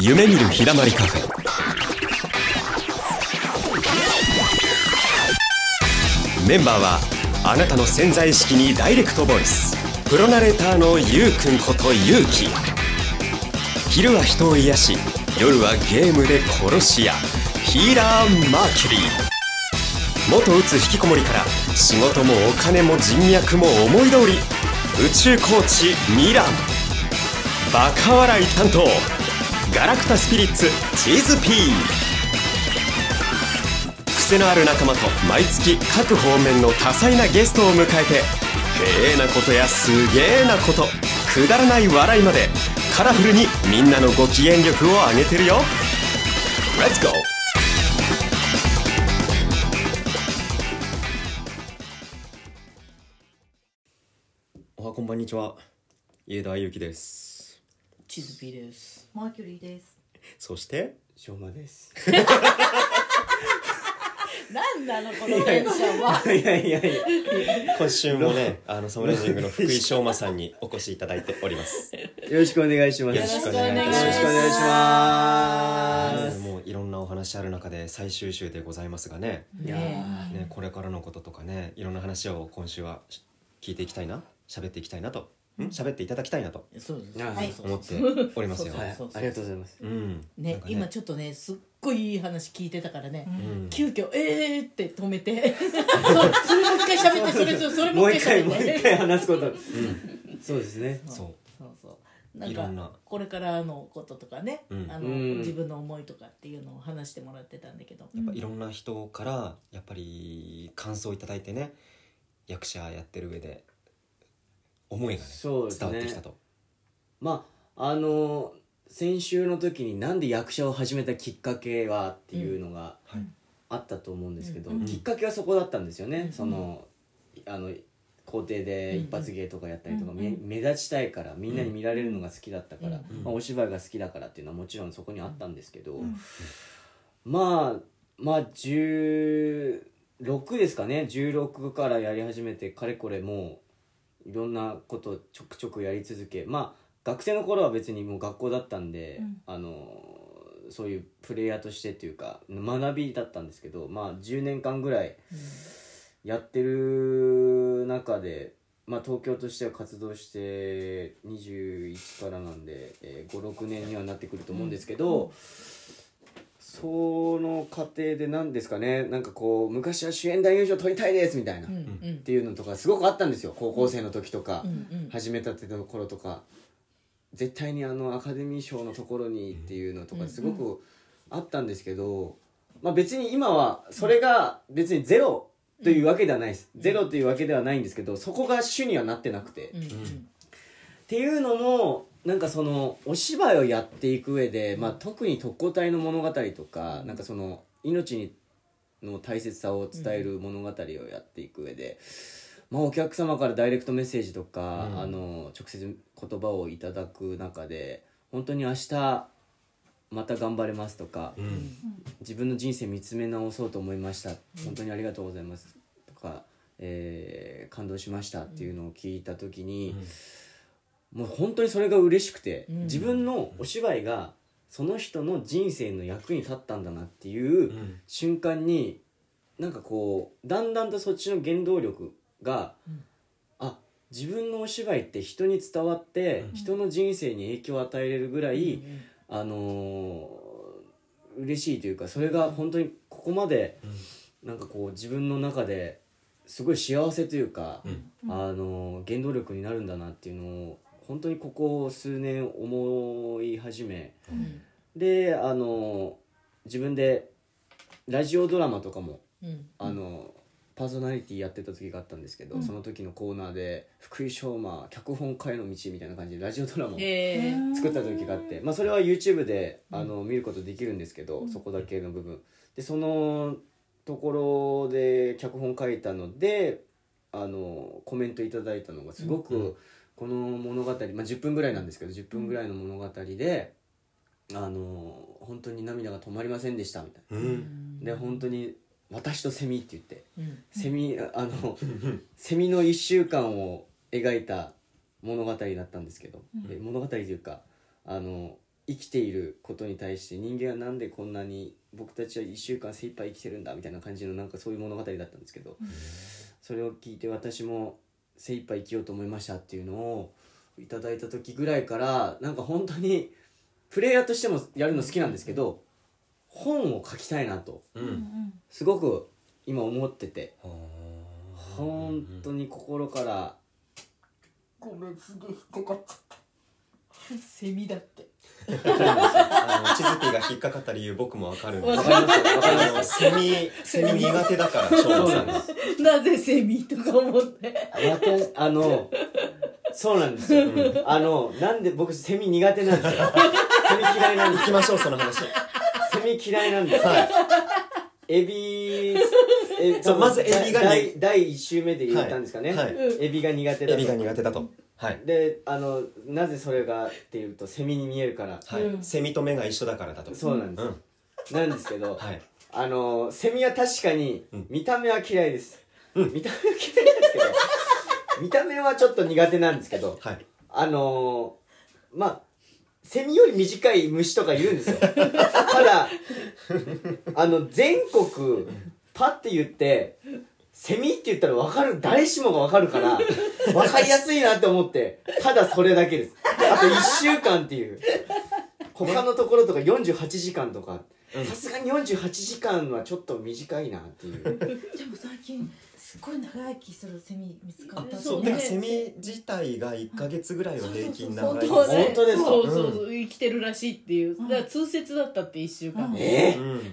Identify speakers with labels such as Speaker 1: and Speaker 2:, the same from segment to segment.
Speaker 1: 夢見るひだまりカフェメンバーはあなたの潜在意識にダイレクトボイスプロナレーターのゆうくんことゆうき昼は人を癒し夜はゲームで殺し屋ヒーラー・マーキュリー元うつ引きこもりから仕事もお金も人脈も思い通り宇宙コーチミランバカ笑い担当ガラクタスピリッツチーズピー癖のある仲間と毎月各方面の多彩なゲストを迎えてへえなことやすげえなことくだらない笑いまでカラフルにみんなのご機嫌力を上げてるよレッツゴーおはこんばんにちは家田ゆきです
Speaker 2: チズピーです。
Speaker 3: マーキュリーです。
Speaker 1: そして
Speaker 4: しょうまです。
Speaker 3: なんなのこのテンションは。
Speaker 4: いやいやいや。
Speaker 1: 今週も ねあのサムライジングの福井翔馬さんにお越しいただいており ます
Speaker 4: よろしくお願いします。
Speaker 1: よろしくお願いいたします
Speaker 4: よろしくお願いします。
Speaker 1: もういろんなお話ある中で最終週でございますがね
Speaker 4: いやー
Speaker 1: ねこれからのこととかねいろんな話を今週はし聞いていきたいな喋っていきたいなとん喋っていただきたいなと
Speaker 2: そうです。
Speaker 4: はい
Speaker 2: そう
Speaker 1: 思
Speaker 2: そ
Speaker 1: っ
Speaker 2: う
Speaker 1: ております よ
Speaker 2: そう
Speaker 4: はい、ありがとうございます。
Speaker 1: うん
Speaker 2: ね
Speaker 1: なんか
Speaker 2: 今ちょっとね、すっごいいい話聞いてたからね。
Speaker 1: うん
Speaker 2: 急遽、えーって止め て。そうそれもう一回喋って、それ、それ
Speaker 4: も
Speaker 2: も
Speaker 4: う
Speaker 2: う
Speaker 4: 一
Speaker 2: 一
Speaker 4: 回
Speaker 2: 回
Speaker 4: もう
Speaker 2: 喋っ
Speaker 4: 一
Speaker 2: て。
Speaker 4: 回話すこと。そうですね。
Speaker 1: そ
Speaker 2: そうそう。ない
Speaker 1: ろん
Speaker 2: ん
Speaker 1: な
Speaker 2: か、これからのこととかね、
Speaker 1: うん
Speaker 2: あの、
Speaker 4: うん
Speaker 2: 自分の思いとかっていうのを話してもらってたんだけど。
Speaker 1: うやっぱいろんな人からやっぱり感想をいただいてね役者やってる上で思いがね
Speaker 4: そうですね
Speaker 1: 伝わってきたと
Speaker 4: まあ、あのー先週の時になんで役者を始めたきっかけはっていうのが
Speaker 1: はい
Speaker 4: あったと思うんですけど、
Speaker 2: うん
Speaker 4: きっかけはそこだったんですよね。
Speaker 2: うん
Speaker 4: その、あの、校庭で一発芸とかやったりとか、
Speaker 2: うん
Speaker 4: め目立ちたいからみんなに見られるのが好きだったから、
Speaker 1: うん
Speaker 4: まあ、お芝居が好きだからっていうのはもちろんそこにあったんですけど、
Speaker 2: ん
Speaker 4: まあまあ16ですかね16からやり始めてかれこれもういろんなことちょくちょくやり続けまあ学生の頃は別にもう学校だったんで、
Speaker 3: うん
Speaker 4: あのそういうプレイヤーとしてっていうか学びだったんですけどまあ10年間ぐらいやってる中で、まあ、東京としては活動して21からなんで、え56年にはなってくると思うんですけど、その過程で何ですかねなんかこう昔は主演男優賞取りたいですみたいな、
Speaker 2: うん、う
Speaker 4: っ
Speaker 2: ん、
Speaker 4: ていうのとかすごくあったんですよ高校生の時とか、
Speaker 2: うん、うん。
Speaker 4: 始めたての頃とか絶対にあのアカデミー賞のところにっていうのと
Speaker 2: う
Speaker 4: か
Speaker 2: ん
Speaker 4: すごくあったんですけど、まあ、別に今はそれが別にゼロというわけではないです、ゼロというわけではないんですけどそこが主にはなってなくて、
Speaker 2: う
Speaker 4: っ
Speaker 2: ん、うん。
Speaker 4: ていうのもなんかそのお芝居をやっていく上で、まあ、特に特攻隊の物語とかなんかその命にの大切さを伝える物語をやっていく上で、まあ、お客様からダイレクトメッセージとか、
Speaker 1: うん
Speaker 4: あの直接言葉をいただく中で本当に明日また頑張れますとか、
Speaker 1: うん
Speaker 4: 自分の人生見つめ直そうと思いました、本当にありがとうございますとか、えー感動しましたっていうのを聞いた時に、もう本当にそれが嬉しくて、
Speaker 2: うん
Speaker 4: 自分のお芝居がその人の人生の役に立ったんだなっていう、
Speaker 1: うん
Speaker 4: 瞬間になんかこうだんだんとそっちの原動力が、
Speaker 2: うん
Speaker 4: あ自分のお芝居って人に伝わって、
Speaker 1: うん
Speaker 4: 人の人生に影響を与えれるぐらい、
Speaker 2: うん
Speaker 4: あのー嬉しいというかそれが本当にここまでなんかこう自分の中ですごい幸せというか、
Speaker 1: うん
Speaker 4: あのー原動力になるんだなっていうのを本当にここ数年思い始め、
Speaker 2: うん、
Speaker 4: であの自分でラジオドラマとかも
Speaker 2: うん。
Speaker 4: あの、パーソナリティやってた時があったんですけど、
Speaker 3: うん
Speaker 4: その時のコーナーで「福井翔馬脚本家への道」みたいな感じでラジオドラマを
Speaker 2: えー。
Speaker 4: 作った時があって、まあ、それは YouTube で
Speaker 2: うん
Speaker 4: あの見ることできるんですけど、そこだけの部分でそのところで脚本書いたのであのコメントいただいたのがすご
Speaker 1: うんうん
Speaker 4: くこの物語、まあ、10分ぐらいなんですけど10分ぐらいの物語で、あの本当に涙が止まりませんでしたみたい
Speaker 1: うん
Speaker 4: なで本当に「私とセミ」って言って
Speaker 2: うん。
Speaker 4: セミあのセミの1週間を描いた物語だったんですけど、
Speaker 3: うん
Speaker 4: え物語というかあの生きていることに対して人間はなんでこんなに僕たちは1週間精一杯生きてるんだみたいな感じのなんかそういう物語だったんですけど、それを聞いて私も精一杯生きようと思いましたっていうのをいただいた時ぐらいからなんか本当にプレイヤーとしてもやるの好きなんですけど本を書きたいなと
Speaker 1: うん
Speaker 4: すごく今思ってて
Speaker 1: 本
Speaker 4: 本当に心から
Speaker 2: これすごい引っかかっちゃったセミだって
Speaker 1: あの、チズピが引っかかった理由僕もわかるんで
Speaker 4: わ
Speaker 1: す
Speaker 4: かりますわかり
Speaker 1: あ
Speaker 4: ま
Speaker 1: の、セミ、セミ苦手だから、しょう
Speaker 4: そう
Speaker 1: がな
Speaker 4: な
Speaker 1: んい
Speaker 4: です
Speaker 2: なぜセミとか思って
Speaker 4: 私あのそうなんですよ、あのなんで僕セミ苦手なんですよセミ嫌いなんです
Speaker 1: 行きましょう、その話。
Speaker 4: セミ嫌いなんですよエビえ
Speaker 1: そう
Speaker 4: 多分
Speaker 1: まずエビが
Speaker 4: だ
Speaker 1: に
Speaker 4: い第1週目で言ったんですかね、
Speaker 1: はいはい
Speaker 4: エビが苦手だ
Speaker 1: エ
Speaker 4: と
Speaker 1: ビが苦手だと。はい。
Speaker 4: であのなぜそれがっていうとセミに見えるから
Speaker 1: はい、
Speaker 2: うん
Speaker 1: セミと目が一緒だからだと。
Speaker 4: そうなんで
Speaker 1: う
Speaker 4: す、
Speaker 1: ん。
Speaker 4: なんですけど、
Speaker 1: はい。
Speaker 4: あのセミは確かに
Speaker 1: うん
Speaker 4: 見た目は嫌いです、見た目は嫌いですけど見た目はちょっと苦手なんですけど
Speaker 1: はい。
Speaker 4: あのー、まあセミより短い虫とかいるんですよ ただあの全国パッて言ってセミって言ったら分かる誰しもが分かるから分かりやすいなって思ってただそれだけですあと1週間っていう他のところとか48時間とか
Speaker 1: うん
Speaker 4: さすがに48時間はちょっと短いなっていう
Speaker 3: でも最近すっごい長生きするセミ見つかった
Speaker 2: そう
Speaker 1: だ
Speaker 2: ね
Speaker 1: からセミ自体が1ヶ月ぐらいは平均長い
Speaker 2: そ
Speaker 1: です
Speaker 2: うそうそう
Speaker 4: 本当ですか
Speaker 2: そうそうそう生きてるらしいっていうだから通説だったって1週間
Speaker 3: うん
Speaker 4: えー、
Speaker 1: うんうん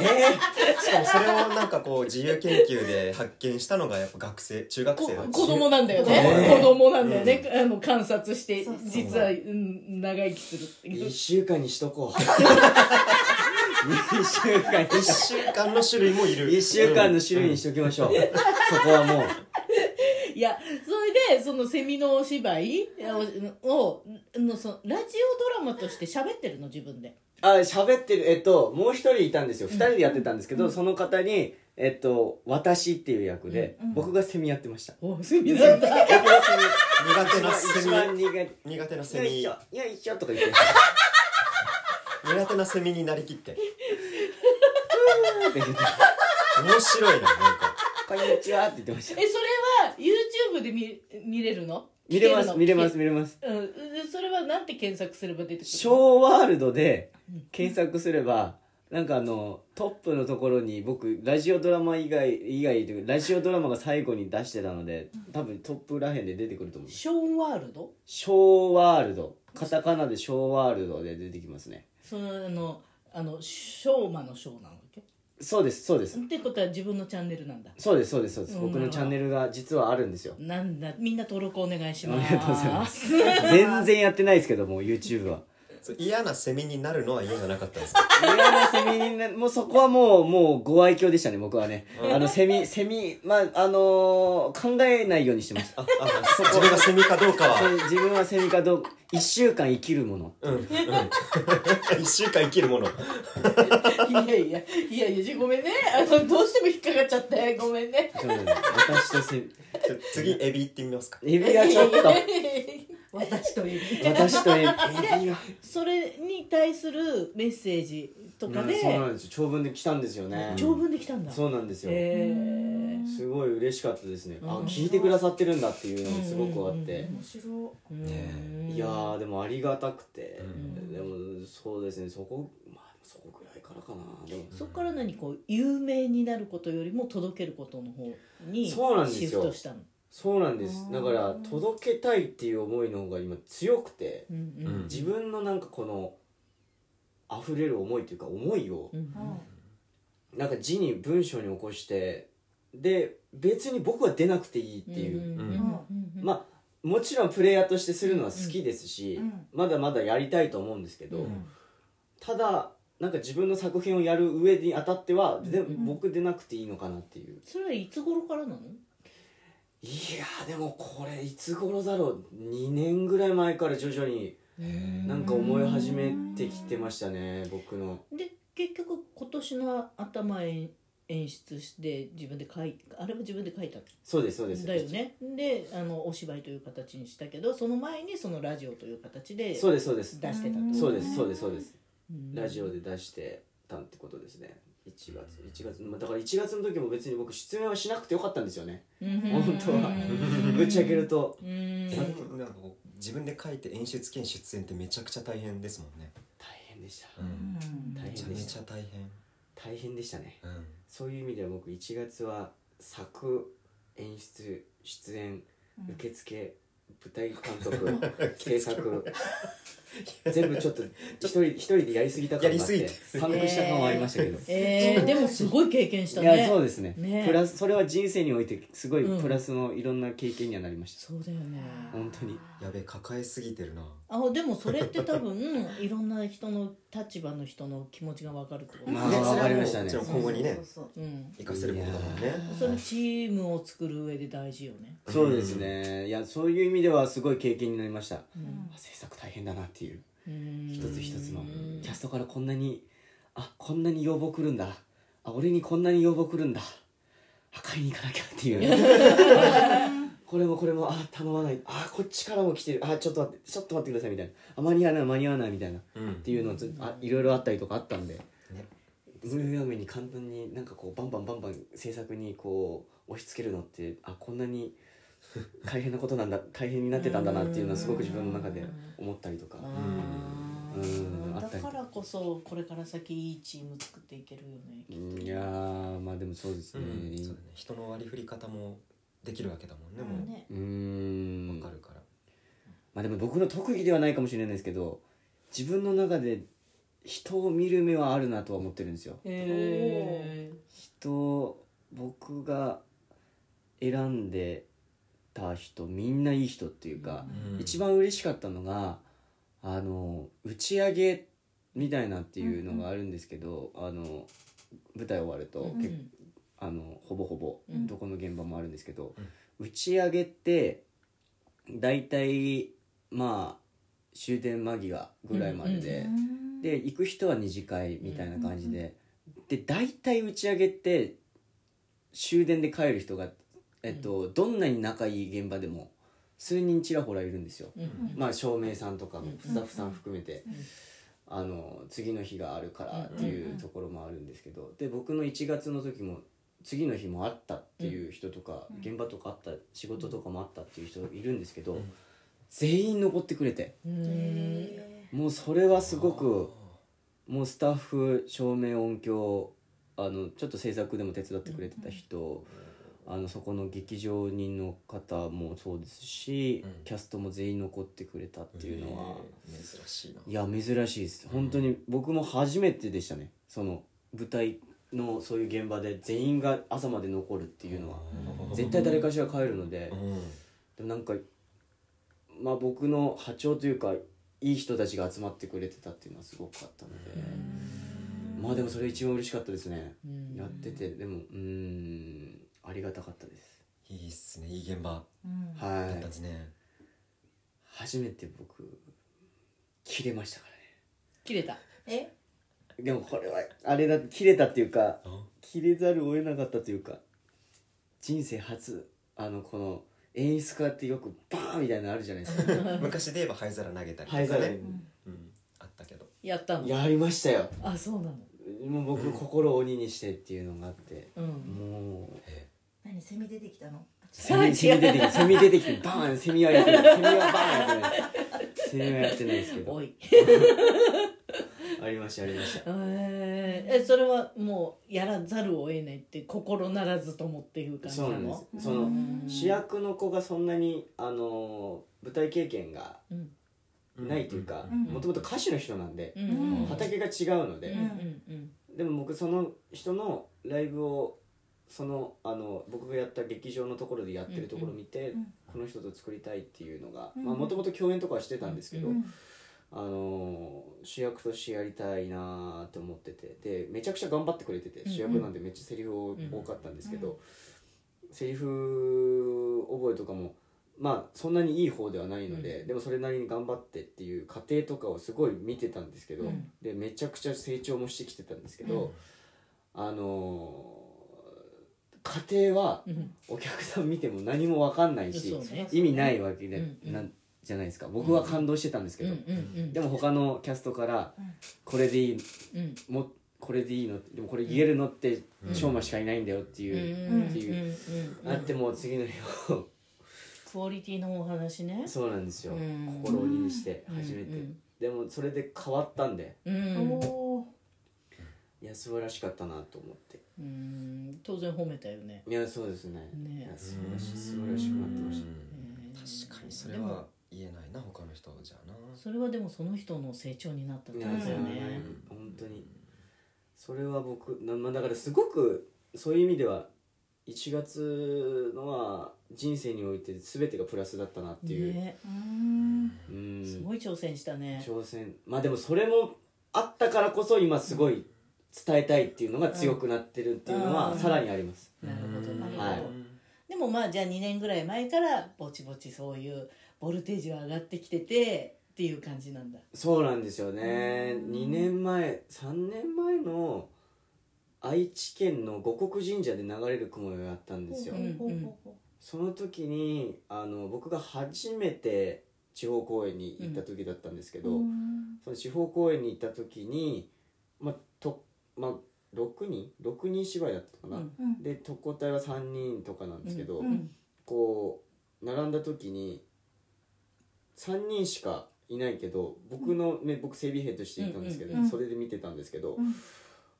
Speaker 4: えー
Speaker 1: しかもそれをなんかこう自由研究で発見したのがやっぱ学生中学
Speaker 2: こ
Speaker 1: 生だ
Speaker 2: 子供なんだよね、
Speaker 4: えー
Speaker 2: 子供なんだよね、あの観察して
Speaker 3: そうそう
Speaker 2: 実は、うん、長生きするってい
Speaker 4: 1
Speaker 2: う
Speaker 4: 週間にし とこう2週間
Speaker 1: 1週間の種類もいる
Speaker 4: 1週間の種類にしときましょう、そこはもう
Speaker 2: いやそれでそのセミのお芝居をのそのラジオドラマとして喋ってるの自分で
Speaker 4: あ喋ってるえっともう一人いたんですよ2人でやってたんですけど、その方にえっと私っていう役で、
Speaker 3: うんうん
Speaker 4: 僕がセミやってました、
Speaker 2: おセミなんだ
Speaker 4: 僕がセミ
Speaker 1: 苦手な
Speaker 4: 一
Speaker 1: セ
Speaker 4: 番
Speaker 1: ミ
Speaker 4: 苦手
Speaker 1: 苦手なセ
Speaker 4: よい
Speaker 1: ミ
Speaker 4: しょよいしょとか言って 「
Speaker 1: 苦手なセミになりきって
Speaker 4: って言って
Speaker 1: 面白いななんか
Speaker 4: こんにちは」って言ってまし
Speaker 2: えそ
Speaker 4: た
Speaker 2: れは YouTube で見見れるの
Speaker 4: 見れます見れま、
Speaker 2: 聞
Speaker 4: す見れます
Speaker 2: けるのうん、でそれはなんて検索すれば出てくるの
Speaker 4: ショーワールドで検索すれば、なんかあのトップのところに僕ラジオドラマ以外以外というかラジオドラマが最後に出してたので多分トップらへんで出てくると思う
Speaker 2: ショーワールド
Speaker 4: ショーワールドカタカナでショーワールドで出てきますね
Speaker 2: そのあのあのショーマのショーなのっけ
Speaker 4: そうですそうです
Speaker 2: ってことは自分のチャンネルなんだ
Speaker 4: そうですそうですそうです
Speaker 2: うん
Speaker 4: 僕のチャンネルが実はあるんですよ
Speaker 2: なんだみんな登録お願いします
Speaker 4: ありがとうございま全然やってないですけどもう YouTube は
Speaker 1: そう嫌なセミになるのは嫌じゃなかったですか
Speaker 4: 嫌なセミになもうそこはもうもうご愛嬌でしたね僕はねあのセミセミまああのー考えないようにしてました
Speaker 1: ああそう自分がセミかどうか
Speaker 4: それ
Speaker 1: は
Speaker 4: 自分はセミかどうか1週間生きるもの
Speaker 1: うん、うん、1週間生きるもの
Speaker 2: いやいやいやいやごめんねあのどうしても引っかかっちゃってごめんね
Speaker 4: そうなんです私とセミ
Speaker 1: ちょ次エビ行ってみますか
Speaker 4: エビが ちょっと
Speaker 3: 私とエビ
Speaker 4: 私とエビエビが
Speaker 2: それに対するメッセージとか
Speaker 4: うんそうな
Speaker 2: で
Speaker 4: んですよ長文で来たんですよね
Speaker 2: 長文できたんだ
Speaker 4: そうなんですよ、
Speaker 2: へー
Speaker 4: すごい嬉しかったですね、あ
Speaker 2: うん
Speaker 4: 聞いてくださってるんだっていうのもすごくあって、
Speaker 2: うん
Speaker 3: 面白
Speaker 2: うん
Speaker 4: いやーでもありがたくて、
Speaker 1: ん
Speaker 4: でもそうですねそこまあそこぐらいからかなでも
Speaker 2: そこから何こう有名になることよりも届けることの方に
Speaker 4: そうなんです
Speaker 2: シ
Speaker 4: よ
Speaker 2: フトしたの
Speaker 4: そうなんですだから届けたいっていう思いの方が今強くて
Speaker 2: うん
Speaker 1: うん
Speaker 4: 自分のなんかこの溢れる思いというか思いを
Speaker 2: うんうん
Speaker 4: なんか字に文章に起こしてで別に僕は出なくていいっていう、
Speaker 2: ん
Speaker 1: うん
Speaker 2: んうん
Speaker 4: まあもちろんプレイヤーとしてするのは好きですし、
Speaker 3: うん
Speaker 4: まだまだやりたいと思うんですけど、
Speaker 1: うん
Speaker 4: ただなんか自分の作品をやる上にあたっては、で
Speaker 2: うん
Speaker 4: 僕でなくていいのかなっていう
Speaker 2: それはいつ頃からなの
Speaker 4: いやーでもこれいつ頃だろう2年ぐらい前から徐々になんか思い始めてきてましたね僕の
Speaker 2: で結局今年の頭へ演出して自分で書いあれも自分で書いたん
Speaker 4: そうですそうです
Speaker 2: だよねであのお芝居という形にしたけどその前にそのラジオという形で出し
Speaker 4: そうですそうです
Speaker 2: てたってこと
Speaker 4: そうですそうですそうです
Speaker 2: うん
Speaker 4: ラジオで出してたってことですね1月1月まあだから1月の時も別に僕出演はしなくてよかったんですよね
Speaker 2: うん
Speaker 4: 本当はぶっちゃけると
Speaker 2: うん
Speaker 1: なんかなんかこう自分で書いて演出兼出演ってめちゃくちゃ大変ですもんね、
Speaker 4: 大変でした
Speaker 1: うん、め
Speaker 4: 大
Speaker 1: ち
Speaker 4: 変
Speaker 1: ゃ
Speaker 4: で
Speaker 1: め
Speaker 4: し
Speaker 1: ち
Speaker 4: た
Speaker 1: ゃ大変、
Speaker 4: 大変でしたね
Speaker 1: うん、
Speaker 4: そういう意味では僕1月は作演出出演受付舞台監督 制作全部ちょっと一人一人でやりすぎた感があ
Speaker 1: や
Speaker 4: っ
Speaker 1: り
Speaker 4: て
Speaker 1: すぎて
Speaker 4: 感服した感はありましたけど、
Speaker 2: えー、でもすごい経験した
Speaker 4: いや
Speaker 2: ね
Speaker 4: そうですね
Speaker 2: ね
Speaker 4: プラスそれは人生においてすごい
Speaker 2: うん
Speaker 4: プラスのいろんな経験にはなりました、
Speaker 2: そうだよね
Speaker 4: 本当に
Speaker 1: やべえ抱えすぎてるな
Speaker 2: あでもそれって多分いろんな人の立場の人の気持ちが分かるってこと、
Speaker 4: まあ
Speaker 1: ね
Speaker 4: わかりましたね
Speaker 1: それはもうもちろん今後にね
Speaker 3: そうそう
Speaker 2: うん、
Speaker 1: 生かせることだもんね
Speaker 2: それチームを作る上で大事よね
Speaker 4: そうですねいやそういう意味ではすごい経験になりました、
Speaker 2: ん
Speaker 4: あ制作大変だなっていう
Speaker 2: うん
Speaker 4: 一つ一つのキャストからこんなにあこんなに要望来るんだあ俺にこんなに要望来るんだあ買いに行かなきゃっていう これもこれもあ頼まないあこっちからも来てるあちょっと待ってちょっと待ってくださいみたいなあ間に合わない間に合わないみたいな
Speaker 1: うん、うん
Speaker 4: っていうのをずあいろいろあったりとかあったんで、むやみに簡単になんかこうバンバンバンバン制作にこう押し付けるのってあこんなに大変なこと なんだ大変になってたんだなっていうのはすごく自分の中で思ったりとか
Speaker 2: あ
Speaker 4: うん
Speaker 2: ー
Speaker 4: あった
Speaker 2: だ
Speaker 4: りと
Speaker 2: か
Speaker 4: から
Speaker 2: こそこれから先いいチーム作っていけるよねきっ
Speaker 4: いやーまあでもそうですね
Speaker 1: そうだね人の割り振り方もできるわけだもんね
Speaker 2: と
Speaker 1: も
Speaker 2: ね
Speaker 4: うー
Speaker 1: うん分かるから、
Speaker 4: まあでも僕の特技ではないかもしれないですけど自分の中で人を見る目はあるなとは思ってるんですよ
Speaker 2: へ
Speaker 4: 人僕が選んでた人みんないい人っていうか、
Speaker 1: うん
Speaker 4: 一番嬉しかったのがあの打ち上げみたいなっていうのがあるんですけど、あの舞台終わると、
Speaker 2: ー
Speaker 4: 結構あのほぼほぼ
Speaker 2: うん
Speaker 4: どこの現場もあるんですけど、打ち上げって大体まあ終電間際ぐらいまでで。
Speaker 3: うん
Speaker 4: で行く人は二次会みたいな感じで、で大体打ち上げって終電で帰る人が、えっとどんなに仲いい現場でも数人ちらほらいるんですよ、
Speaker 2: うんうん
Speaker 4: まあ照明さんとかも
Speaker 2: うん
Speaker 4: スタッフさん含めて、
Speaker 2: うん
Speaker 4: あの次の日があるからっていうところもあるんですけど、で僕の1月の時も次の日もあったっていう人とか、現場とかあった仕事とかもあったっていう人いるんですけど、
Speaker 1: ん
Speaker 4: 全員残ってくれて
Speaker 2: うん
Speaker 4: もうそれはすごく。もうスタッフ照明音響あのちょっと制作でも手伝ってくれてた人、あのそこの劇場人の方もそうですし、
Speaker 1: うん
Speaker 4: キャストも全員残ってくれたっていうのは、
Speaker 1: えー珍しいない
Speaker 4: や珍しいです本当に僕も初めてでしたねその舞台のそういう現場で全員が朝まで残るっていうのは、絶対誰かしら帰るので、
Speaker 1: う
Speaker 4: でもなんかまあ僕の波長というかいい人たちが集まってくれてたっていうのはすごくあったので、まあでもそれ一番嬉しかったですね、
Speaker 2: うん
Speaker 4: やっててでもうーんありがたかったです、
Speaker 1: んいいっすねいい現場
Speaker 3: うん
Speaker 1: だ
Speaker 4: は
Speaker 1: ったで
Speaker 4: い
Speaker 1: すね、
Speaker 4: 初めて僕切れましたからね
Speaker 2: 切れた
Speaker 3: え
Speaker 4: でもこれはあれだ切れたっていうか
Speaker 1: あ
Speaker 4: 切れざるを得なかったというか人生初あのこの演出家ってよくバーンみたいなのあるじゃないですか
Speaker 1: 昔で言えば灰皿投げたりとか
Speaker 4: 灰
Speaker 1: ね
Speaker 4: 皿
Speaker 1: うん、あったけど
Speaker 2: やったの
Speaker 4: やりましたよ
Speaker 2: あそうなの
Speaker 4: もう僕心を鬼にしてっていうのがあって
Speaker 2: うん
Speaker 4: もう
Speaker 3: 何セミ出てきたのあち
Speaker 4: セミセミ出てき てセミ出てきてバーンセミはやってない セミはバーンやってないセミはやってないですけど
Speaker 2: おい
Speaker 4: ありましたありました
Speaker 2: えーえそれはもうやらざるを得ないって心ならずともっていう感じな
Speaker 4: そうなんで
Speaker 2: の
Speaker 4: すその
Speaker 2: ん
Speaker 4: 主役の子がそんなにあの舞台経験が
Speaker 2: うん
Speaker 4: ないというか
Speaker 1: ん
Speaker 4: もともと歌手の人なんで
Speaker 2: うん
Speaker 3: うん
Speaker 4: 畑が違うの
Speaker 2: うん
Speaker 4: で
Speaker 2: うん
Speaker 4: でも僕その人のライブをそのあの僕がやった劇場のところでやってるところを見て、
Speaker 3: うん
Speaker 4: この人と作りたいっていうのが
Speaker 3: うん
Speaker 4: もともと共演とかはしてたんですけど、
Speaker 3: うん
Speaker 4: あのー主役としてやりたいなーって思っててでめちゃくちゃ頑張ってくれてて
Speaker 2: ん
Speaker 4: 主役なんでめっちゃセリフ
Speaker 2: ん
Speaker 4: 多かったんですけど、セリフ覚えとかもまあそんなにいい方ではないので、でもそれなりに頑張ってっていう過程とかをすごい見てたんですけど、
Speaker 2: うん
Speaker 4: でめちゃくちゃ成長もしてきてたんですけど、あのー家庭は
Speaker 2: うん
Speaker 4: お客さん見ても何も分かんないし、
Speaker 2: そうね
Speaker 4: 意味ないわけで、
Speaker 2: うんうん
Speaker 4: なんじゃないですか僕は感動してたんですけ
Speaker 2: うん
Speaker 4: ど、
Speaker 2: うん
Speaker 4: でも他のキャストから
Speaker 3: うん
Speaker 4: 「これでいい
Speaker 2: うん
Speaker 4: もこれでいいの?」でもこれ言えるのって
Speaker 1: ん
Speaker 4: 翔馬しかいないんだよって
Speaker 2: うん
Speaker 4: いう、
Speaker 2: うん
Speaker 4: っていう
Speaker 2: うんうん
Speaker 4: あってもう次の日を
Speaker 2: クオリティのお話ね
Speaker 4: そうなんですよ、
Speaker 2: うん
Speaker 4: 心鬼にして初めて、
Speaker 2: うんうん
Speaker 4: でもそれで変わったんで
Speaker 2: うん
Speaker 3: おー
Speaker 4: いや素晴らしかったなと思って
Speaker 2: うん当然褒めたよね
Speaker 4: いやそうですね
Speaker 2: ね
Speaker 4: いや素晴らしい素晴らしくなってました
Speaker 2: 確
Speaker 5: 確かにそれは言えないな他の人じゃな
Speaker 2: それはでもその人の成長になったって
Speaker 4: い
Speaker 2: こ
Speaker 4: や
Speaker 2: と
Speaker 4: そ
Speaker 2: だ
Speaker 4: れ
Speaker 2: よ
Speaker 4: は
Speaker 2: ね
Speaker 4: ね本当にそれは僕なまあだからすごくそういう意味では1月のは人生において全てがプラスだったなっていう、
Speaker 2: ね
Speaker 3: うーん
Speaker 4: う
Speaker 2: す
Speaker 4: ん
Speaker 2: ごい挑戦したね
Speaker 4: 挑戦まあでもそれもあったからこそ今すごい伝えたいっていうのが強くなってるっていうの
Speaker 2: う
Speaker 4: は
Speaker 2: ん
Speaker 4: さらにあります、
Speaker 2: なるほどなる
Speaker 4: は
Speaker 2: ほどでもまあじゃあ2年ぐらい前からぼちぼちそういうボルテージは上がってきててっていう感じなんだ
Speaker 4: そうなんですよね2年前3年前の愛知県の五穀神社で流れる雲よやったんですよ、
Speaker 2: うん
Speaker 4: その時にあの僕が初めて地方公演に行った時だったんですけど、その地方公演に行った時にまあとまあ6人6人芝居だったかな、
Speaker 2: うん
Speaker 3: うん
Speaker 4: で特攻隊は3人とかなんですけど、
Speaker 2: うん
Speaker 4: こう並んだ時に3人しかいないけど僕の、ね、僕整備兵としていたんですけど、
Speaker 2: うん
Speaker 3: うんうん
Speaker 4: それで見てたんですけど、
Speaker 3: うん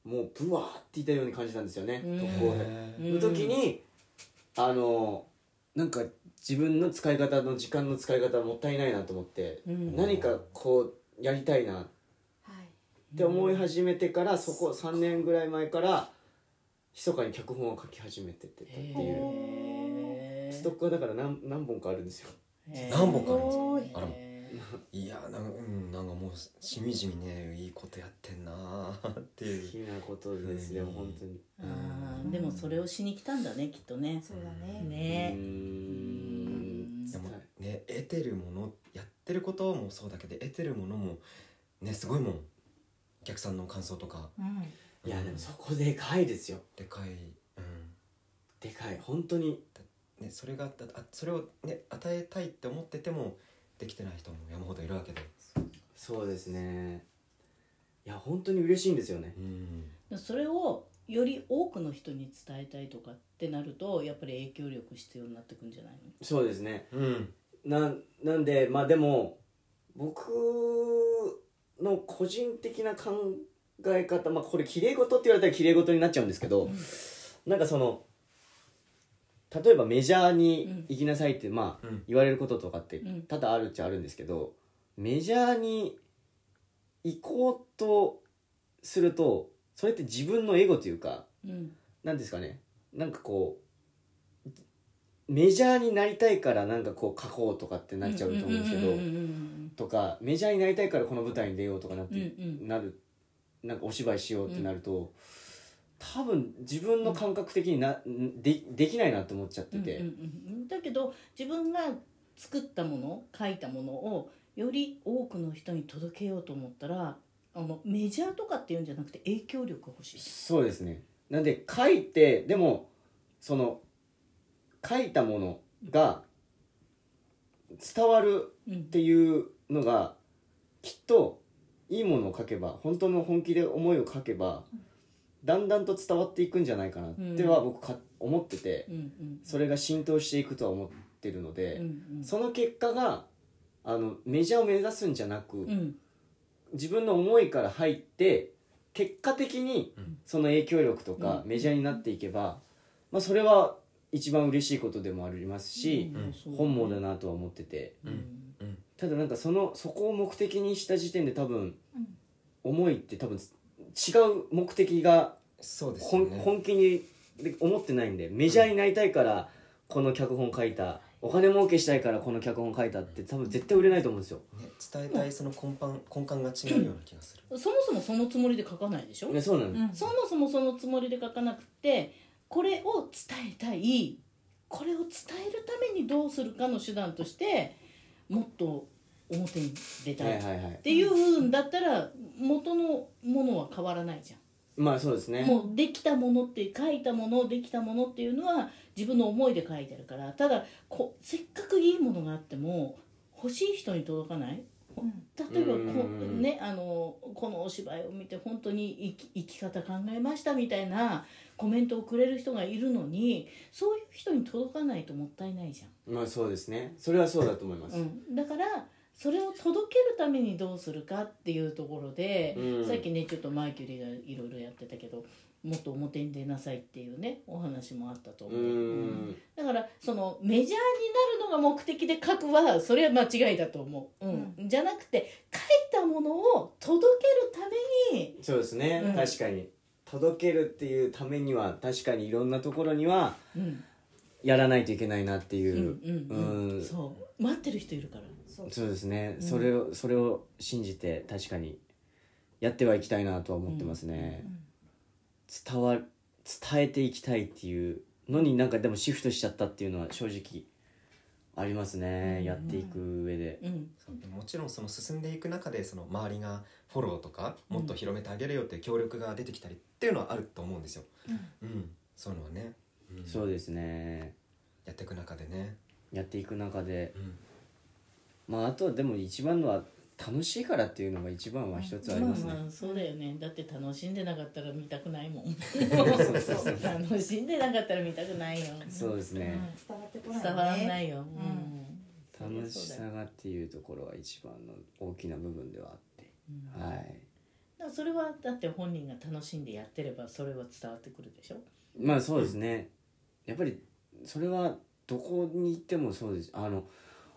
Speaker 4: もうブワーっていたように感じたんですよね、
Speaker 2: うん
Speaker 4: 特攻兵。の時に、あのなんか自分の使い方の時間の使い方もったいないなと思って、
Speaker 2: うん
Speaker 4: 何かこうやりたいなっ
Speaker 3: はい
Speaker 4: て思い始めてから、そこ3年ぐらい前から密かに脚本を書き始めてってたっていう
Speaker 2: へー
Speaker 4: ストックはだから何何本かあるん ですよ
Speaker 2: へー
Speaker 5: 何本かあるんです
Speaker 3: よ
Speaker 5: あらま
Speaker 2: へー
Speaker 5: いやなんか,、うん、なんかもうしみじみねいいことやってんなーって
Speaker 4: 好
Speaker 5: いう
Speaker 4: きなことですね
Speaker 5: うん
Speaker 4: 本当に
Speaker 2: あーでもそれをしに来たんだねきっとね
Speaker 3: そうだね
Speaker 4: う
Speaker 2: ね
Speaker 4: ん
Speaker 5: でもね得てるものやってることもそうだけど得てるものもねすごいもんお客さんの感想とか
Speaker 3: うん
Speaker 4: いやでもそこでかいですよ
Speaker 5: でかい、う
Speaker 4: でかい本当に
Speaker 5: んね、それがだあそれをね与えたいって思っててもできてない人も山ほどいるわけで
Speaker 4: そうですねいや本当に嬉しいんですよね
Speaker 5: うん
Speaker 2: それをより多くの人に伝えたいとかってなるとやっぱり影響力必要になってくんじゃないの
Speaker 4: そうですね
Speaker 5: うん
Speaker 4: なんなんでまあでも僕の個人的な考え方まあこれきれい事って言われたらきれい事になっちゃうんですけどなんかその例えばメジャーに行きなさいって、まあ
Speaker 5: うん
Speaker 4: 言われることとかって
Speaker 2: うん
Speaker 4: 多々あるっちゃあるんですけど、メジャーに行こうとするとそれって自分のエゴというか
Speaker 2: うん
Speaker 4: なんですかねなんかこうメジャーになりたいからなんかこう書こうとかってなっちゃうと思うんですけど、
Speaker 2: んんうん
Speaker 4: とかメジャーになりたいからこの舞台に出ようとかなって、
Speaker 2: うんうん
Speaker 4: なるなんかお芝居しようってなると、多分自分の感覚的にな、でできないなって思っちゃって
Speaker 2: うんうん
Speaker 4: て、
Speaker 2: うんうんだけど自分が作ったもの書いたものをより多くの人に届けようと思ったらあのメジャーとかっていうんじゃなくて影響力欲しい
Speaker 4: そうですねなんで書いてでもその書いたものが伝わる
Speaker 2: うん
Speaker 4: っていうのがきっといいものを書けば本当の本気で思いを書けばだんだんと伝わっていくんじゃないかなっては僕か思ってて
Speaker 2: うんうん
Speaker 4: それが浸透していくとは思ってるの
Speaker 2: う
Speaker 4: で
Speaker 2: んうん
Speaker 4: その結果があのメジャーを目指すんじゃなく
Speaker 2: うん
Speaker 4: 自分の思いから入って結果的に
Speaker 5: うん
Speaker 4: その影響力とか
Speaker 2: う
Speaker 4: メジャーになっていけば、まあ、それは一番嬉しいことでもありますし、
Speaker 2: うんそう
Speaker 4: 本望だなとは思ってて。
Speaker 2: うん
Speaker 4: ただなんかそのそこを目的にした時点で多分、
Speaker 3: うん
Speaker 4: 思いって多分違う目的が
Speaker 5: そうですよ
Speaker 4: 本,、
Speaker 5: ね
Speaker 4: 本気にで思ってないんでメジャーになりたいからこの脚本書いたお金儲けしたいからこの脚本書いたって多分絶対売れないと思うんですよ、
Speaker 5: ね、伝えたいその根本根幹が違うような気がする
Speaker 2: そもそもそのつもりで書かないでしょ
Speaker 4: ねそうなの、
Speaker 3: うん
Speaker 2: そもそもそのつもりで書かなくてこれを伝えたいこれを伝えるためにどうするかの手段としてもっと表に出た
Speaker 4: はい
Speaker 2: い
Speaker 4: はいはい
Speaker 2: っていうんだったら元のものは変わらないじゃん
Speaker 4: まあそうですね
Speaker 2: もうできたものって書いたものできたものっていうのは自分の思いで書いてあるからただこせっかくいいものがあっても欲しい人に届かないほ例えばこ、
Speaker 4: うん
Speaker 2: ね、あのこのお芝居を見て本当に生き生き方考えましたみたいなコメントをくれる人がいるのにそういう人に届かないともったいないじゃん。
Speaker 4: まあそうですねそれはそうだと思います、
Speaker 2: うん、だからそれを届けるためにどうするかっていうところで、
Speaker 4: うん
Speaker 2: さっきねちょっとマイキュリーがいろいろやってたけどもっと表に出なさいっていうねお話もあったと
Speaker 4: う
Speaker 2: 思う、
Speaker 4: ん
Speaker 2: だからそのメジャーになるのが目的で書くはそれは間違いだと思う、うんじゃなくて書いたものを届けるために
Speaker 4: そうですね、
Speaker 2: うん
Speaker 4: 確かに届けるっていうためには確かにいろんなところには
Speaker 2: うん
Speaker 4: やらないといけないなっていうう、
Speaker 2: んうんうん
Speaker 4: うん
Speaker 2: そう待ってる人いるから
Speaker 4: そうですね、それをそれを信じて確かにやってはいきたいなとは思ってますね、伝わ伝えていきたいっていうのになんかでもシフトしちゃったっていうのは正直ありますね、やっていく上で、
Speaker 2: うん
Speaker 5: もちろんその進んでいく中でその周りがフォローとかもっと広めてあげるよっていう協力が出てきたりっていうのはあると思うんですよ。うん、そういうのはね、うん
Speaker 4: そうですね
Speaker 5: やっていく中でね。
Speaker 4: やっていく中で
Speaker 5: うん
Speaker 4: まああとはでも一番のは楽しいからっていうのが一番は一つありますね、
Speaker 2: まあまあそうだよねだって楽しんでなかったら見たくないもん
Speaker 4: そうそうそう
Speaker 2: 楽しんでなかったら見たくないよ
Speaker 4: そうですね、
Speaker 3: 伝わってこない
Speaker 2: 伝わら
Speaker 3: ね
Speaker 2: ないよ、うん
Speaker 4: 楽しさがっていうところは一番の大きな部分ではあって、はい
Speaker 2: だからそれはだって本人が楽しんでやってればそれは伝わってくるでしょ
Speaker 4: まあそうですねやっぱりそれはどこに行ってもそうですあの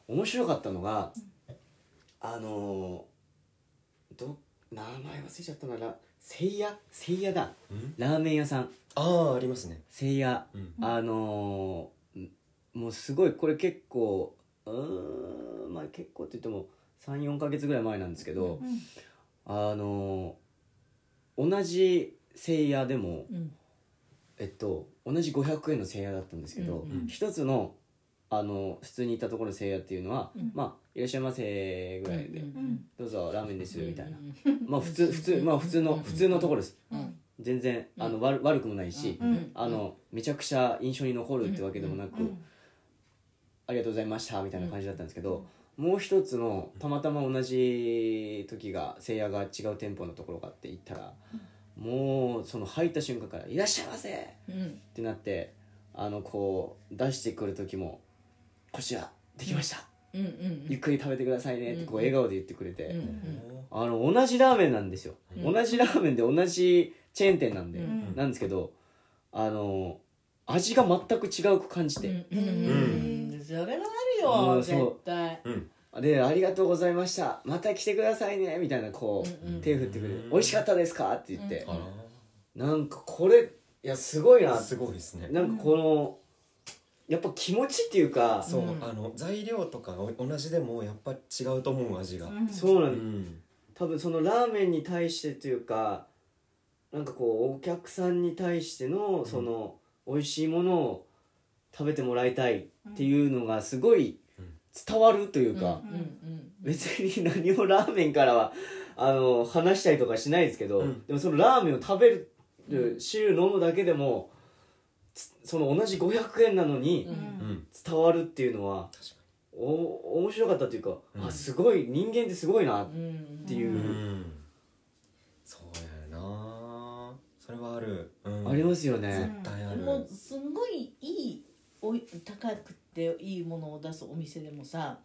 Speaker 4: 面白かったのがあのど名前忘れちゃったならせいやせいやだ
Speaker 5: うん、
Speaker 4: ラーメン屋さん
Speaker 5: ああありますね。
Speaker 4: せいや
Speaker 5: うん
Speaker 4: あのーもうすごいこれ結構うーんまあ結構って言っても34ヶ月ぐらい前なんですけど、
Speaker 3: うん
Speaker 4: あのー同じ聖夜でも
Speaker 2: うん
Speaker 4: えっと同じ500円の聖夜だったんですけど、
Speaker 2: うん
Speaker 5: うん
Speaker 4: 一つのあの普通にいたところの聖夜っていうのは、
Speaker 2: うん
Speaker 4: まあ「いらっしゃいませ」ぐらいで「
Speaker 2: うん
Speaker 4: どうぞラーメンです」みたいな、
Speaker 2: うん
Speaker 4: まあ普通普通まあ普通の普通のところです
Speaker 2: うん
Speaker 4: 全然あの、
Speaker 2: うん
Speaker 4: 悪悪くもないし、
Speaker 2: うん
Speaker 4: あのめちゃくちゃ印象に残るってわけでもなく、
Speaker 3: うんうん
Speaker 4: ありがとうございましたみたいな感じだったんですけど、もう一つのたまたま同じ時がせいやが違う店舗のところがあって行ったら、もうその入った瞬間から「いらっしゃいませ!」っ
Speaker 2: うん
Speaker 4: てなってあのこう出してくる時も「こちらできました、
Speaker 2: うんうん
Speaker 4: ゆっくり食べてくださいね」ってこう笑顔で言ってくれて、
Speaker 2: うん
Speaker 4: あの同じラーメンなんですよ、
Speaker 2: うん
Speaker 4: 同じラーメンで同じチェーン店なんで、
Speaker 2: うん
Speaker 4: なんですけどあの味が全く違うく感じて、
Speaker 2: うんうんうんそれはある
Speaker 4: う
Speaker 2: よ
Speaker 4: んそう
Speaker 2: 絶対
Speaker 5: うん、
Speaker 4: で「ありがとうございましたまた来てくださいね」みたいなこう、
Speaker 2: うんうん
Speaker 4: 手振ってくれる
Speaker 5: う
Speaker 4: 「
Speaker 5: ん
Speaker 4: 美味しかったですか?」って言って、
Speaker 5: あ
Speaker 4: なんかこれいやすごい
Speaker 5: ら
Speaker 4: な
Speaker 5: すごいですね。
Speaker 4: なんかこのやっぱ気持ちっていうか、
Speaker 5: そう、
Speaker 2: うん
Speaker 5: あの材料とかお同じでもやっぱ違うと思う味が。
Speaker 3: うん
Speaker 4: そう
Speaker 5: う
Speaker 4: なん
Speaker 5: ん、
Speaker 4: 多分そのラーメンに対してというかなんかこうお客さんに対してのその、美味しいものを食べてもらいたいっていうのがすごい
Speaker 5: うん
Speaker 4: 伝わるという
Speaker 2: うん
Speaker 4: か、
Speaker 2: うんうん
Speaker 4: 別に何をラーメンからはあの話したりとかしないですけど、
Speaker 5: うん
Speaker 4: でもそのラーメンを食べる、汁飲むだけでもつその同じ500円なのに
Speaker 2: うん
Speaker 5: うん、
Speaker 4: 伝わるっていうのは
Speaker 5: 確か
Speaker 4: お面白かったというか、
Speaker 5: うん
Speaker 4: あすごい人間ってすごいなっ
Speaker 2: うん
Speaker 4: ていう
Speaker 5: に。う
Speaker 4: うん、
Speaker 5: ん、そうやな。それはある。うん、
Speaker 4: ありますよ
Speaker 5: 絶
Speaker 4: ね、
Speaker 5: 対ある。
Speaker 2: もうすんごいいいおい高くていいものを出すお店でもさ